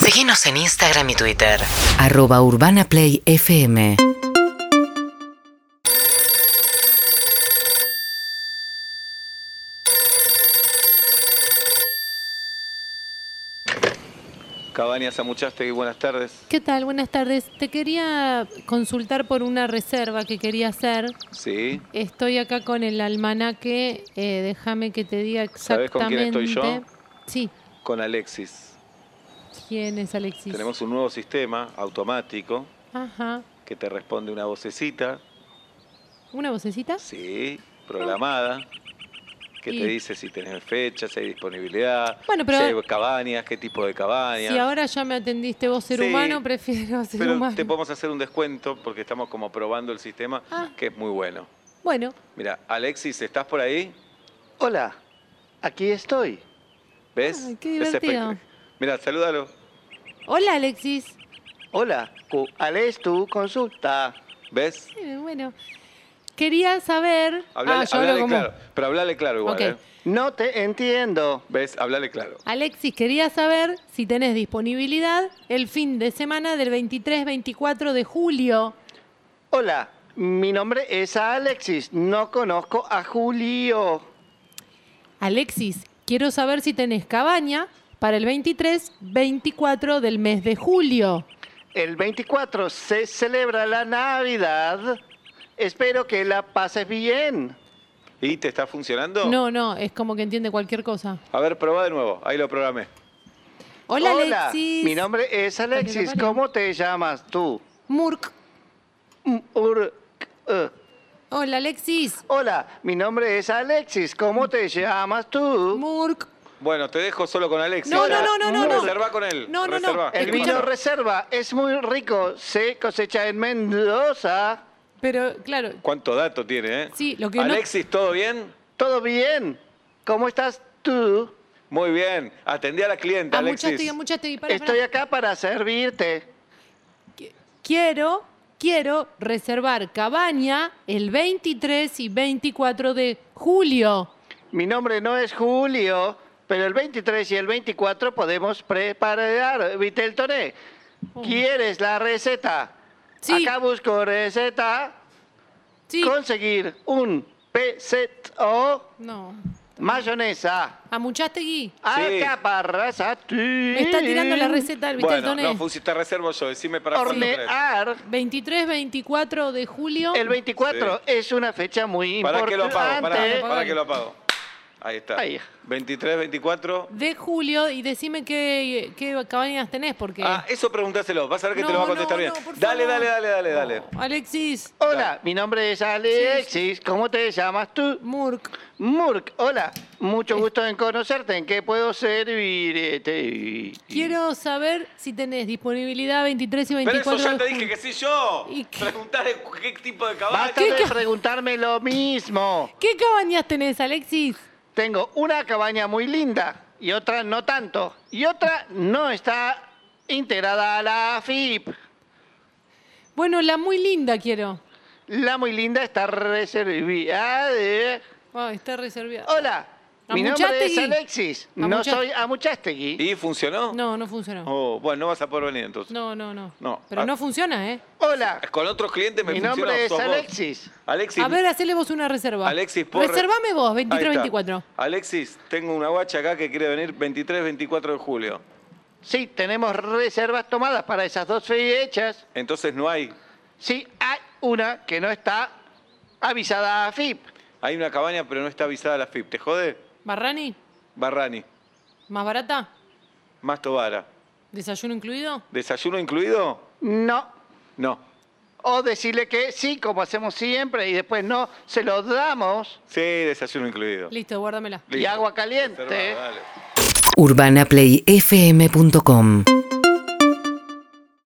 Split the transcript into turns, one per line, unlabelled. Seguinos en Instagram y Twitter.
arroba urbanaplayfm
Cabañas Amuchaste, buenas tardes.
¿Qué tal? Buenas tardes. Te quería consultar por una reserva que quería hacer.
Sí.
Estoy acá con el almanaque. eh, déjame que te diga
¿Sabés
exactamente.
con quién estoy yo?
Sí.
Con Alexis.
¿Quién es Alexis?
Tenemos un nuevo sistema automático
Ajá.
que te responde una vocecita,
¿Una vocecita?
sí, programada, que
Y-
te dice si tenés fecha, si hay disponibilidad,
Bueno, pero-
si hay cabañas, qué tipo de cabañas.
Si ahora ya me atendiste vos ser
Ah, Sí.
humano, prefiero ser
pero
humano.
te podemos hacer un descuento porque estamos como probando el sistema,
Ah.
que es muy bueno.
Bueno,
Mira, Alexis, ¿estás por ahí?
Hola, aquí estoy.
¿Ves?
Ay, qué divertido.
Mira, salúdalo.
hola Alexis.
Hola, ¿cuál es tu consulta?
¿Ves?
Eh, Bueno, quería saber.
Hablale,
Ah, yo hablo
hablale
como-
claro. Pero hablale claro igual,
Ok.
¿eh?
No te entiendo.
¿Ves? Hablale claro.
Alexis, quería saber si tenés disponibilidad el fin de semana del 23-24 de julio.
Hola, mi nombre es Alexis. No conozco a Julio.
Alexis, quiero saber si tenés cabaña para el 23-24 del mes de julio.
El 24 se celebra la Navidad. Espero que la pases bien.
¿Y te está funcionando?
No, no, es como que entiende cualquier cosa.
A ver, probá de nuevo. Ahí lo programé.
Hola, Alexis.
mi nombre es Alexis.
Mario.
¿Cómo te llamas tú?
Murk.
Mm, ur- eh.
Hola, Alexis.
Hola, mi nombre es Alexis. ¿Cómo te llamas tú?
Murk.
Bueno, te dejo solo con Alexis.
No,
no, no, no, no, no.
Reserva con él.
No, no, no.
Reserva.
El
Escucha.
vino reserva es muy rico. Se cosecha en Mendoza.
Pero, claro,
¿Cuánto dato tiene, eh?
Sí, lo que no-
Alexis, ¿todo bien?
¿Todo bien? ¿Cómo estás tú?
Muy bien. Atendí a la clienta,
Ah,
Alexis.
amuchaste y amuchaste y para,
Estoy acá para servirte.
Quiero, quiero reservar cabaña el 23 y 24 de julio.
Mi nombre no es Julio, pero el 23 y el 24 podemos preparar Viteltoné. ¿Quieres la receta?
Oh. Sí.
Acá busco receta.
Sí.
Conseguir un PZO
No.
mayonesa.
Amuchastegui.
Sí.
Alcaparras
Me está tirando la receta del Vitel
Bueno, no, Fusi, te reservo yo. Decime para cuándo traes.
Hornear.
23-24 de julio.
El 24 es una fecha muy
¿Para
importante.
qué lo apago? Para,
Importante.
que lo apago. Ahí está.
Ahí.
23, 24.
De julio y decime qué, qué cabañas tenés porque...
Ah, eso pregúntaselo. Vas a ver que te lo va a
No,
contestar
no,
bien.
no, por
dale,
favor.
dale, dale, dale, dale.
No, Alexis,
Hola, mi nombre es Alexis. ¿Cómo te llamas tú?
Murk.
Murk, hola. Mucho
Eh.
gusto en conocerte. ¿En qué puedo este? servirte?
Quiero saber si tenés disponibilidad 23 y
Pero
24
eso ya
de
te
julio.
dije que sí yo.
¿Y qué?
Preguntás de qué tipo de caballo.
Basta
¿Qué
de
ca-
preguntarme lo mismo.
¿Qué cabañas tenés, Alexis?
Tengo una cabaña muy linda y otra no tanto. Y otra no está integrada a la AFIP.
Bueno, la muy linda quiero.
La muy linda está reservada. de-
Ah, está reservada.
Hola, mi nombre es
Amuchastegui.
Alexis. No
Amucha-
soy Amuchastegui.
¿Y funcionó?
No, no funcionó.
Oh, bueno, no vas a poder venir entonces.
No, no, no.
No,
Pero
ah.
no funciona, ¿eh?
Hola,
Con otros clientes me
mi
funcionó.
nombre es
sos vos.
Alexis.
Alexis.
A ver, hacele vos una reserva.
Alexis, por...
Reservame vos,
Ahí está.
23-24.
Alexis, tengo una guacha acá que quiere venir 23, 24 de julio.
Sí, tenemos reservas tomadas para esas dos fechas.
Entonces no hay.
Sí, hay una que no está avisada a FIP.
Hay una cabaña, pero no está avisada la FIP. ¿Te jode?
Barrani,
Barrani,
más barata.
Mastovara.
Desayuno incluido.
¿Desayuno incluido?
No.
No.
O decirle que sí, como hacemos siempre, y después no, se lo damos.
Sí, desayuno incluido.
Listo, guárdamela.
Y agua caliente.
Reservado, dale.
urbanaplayfm.com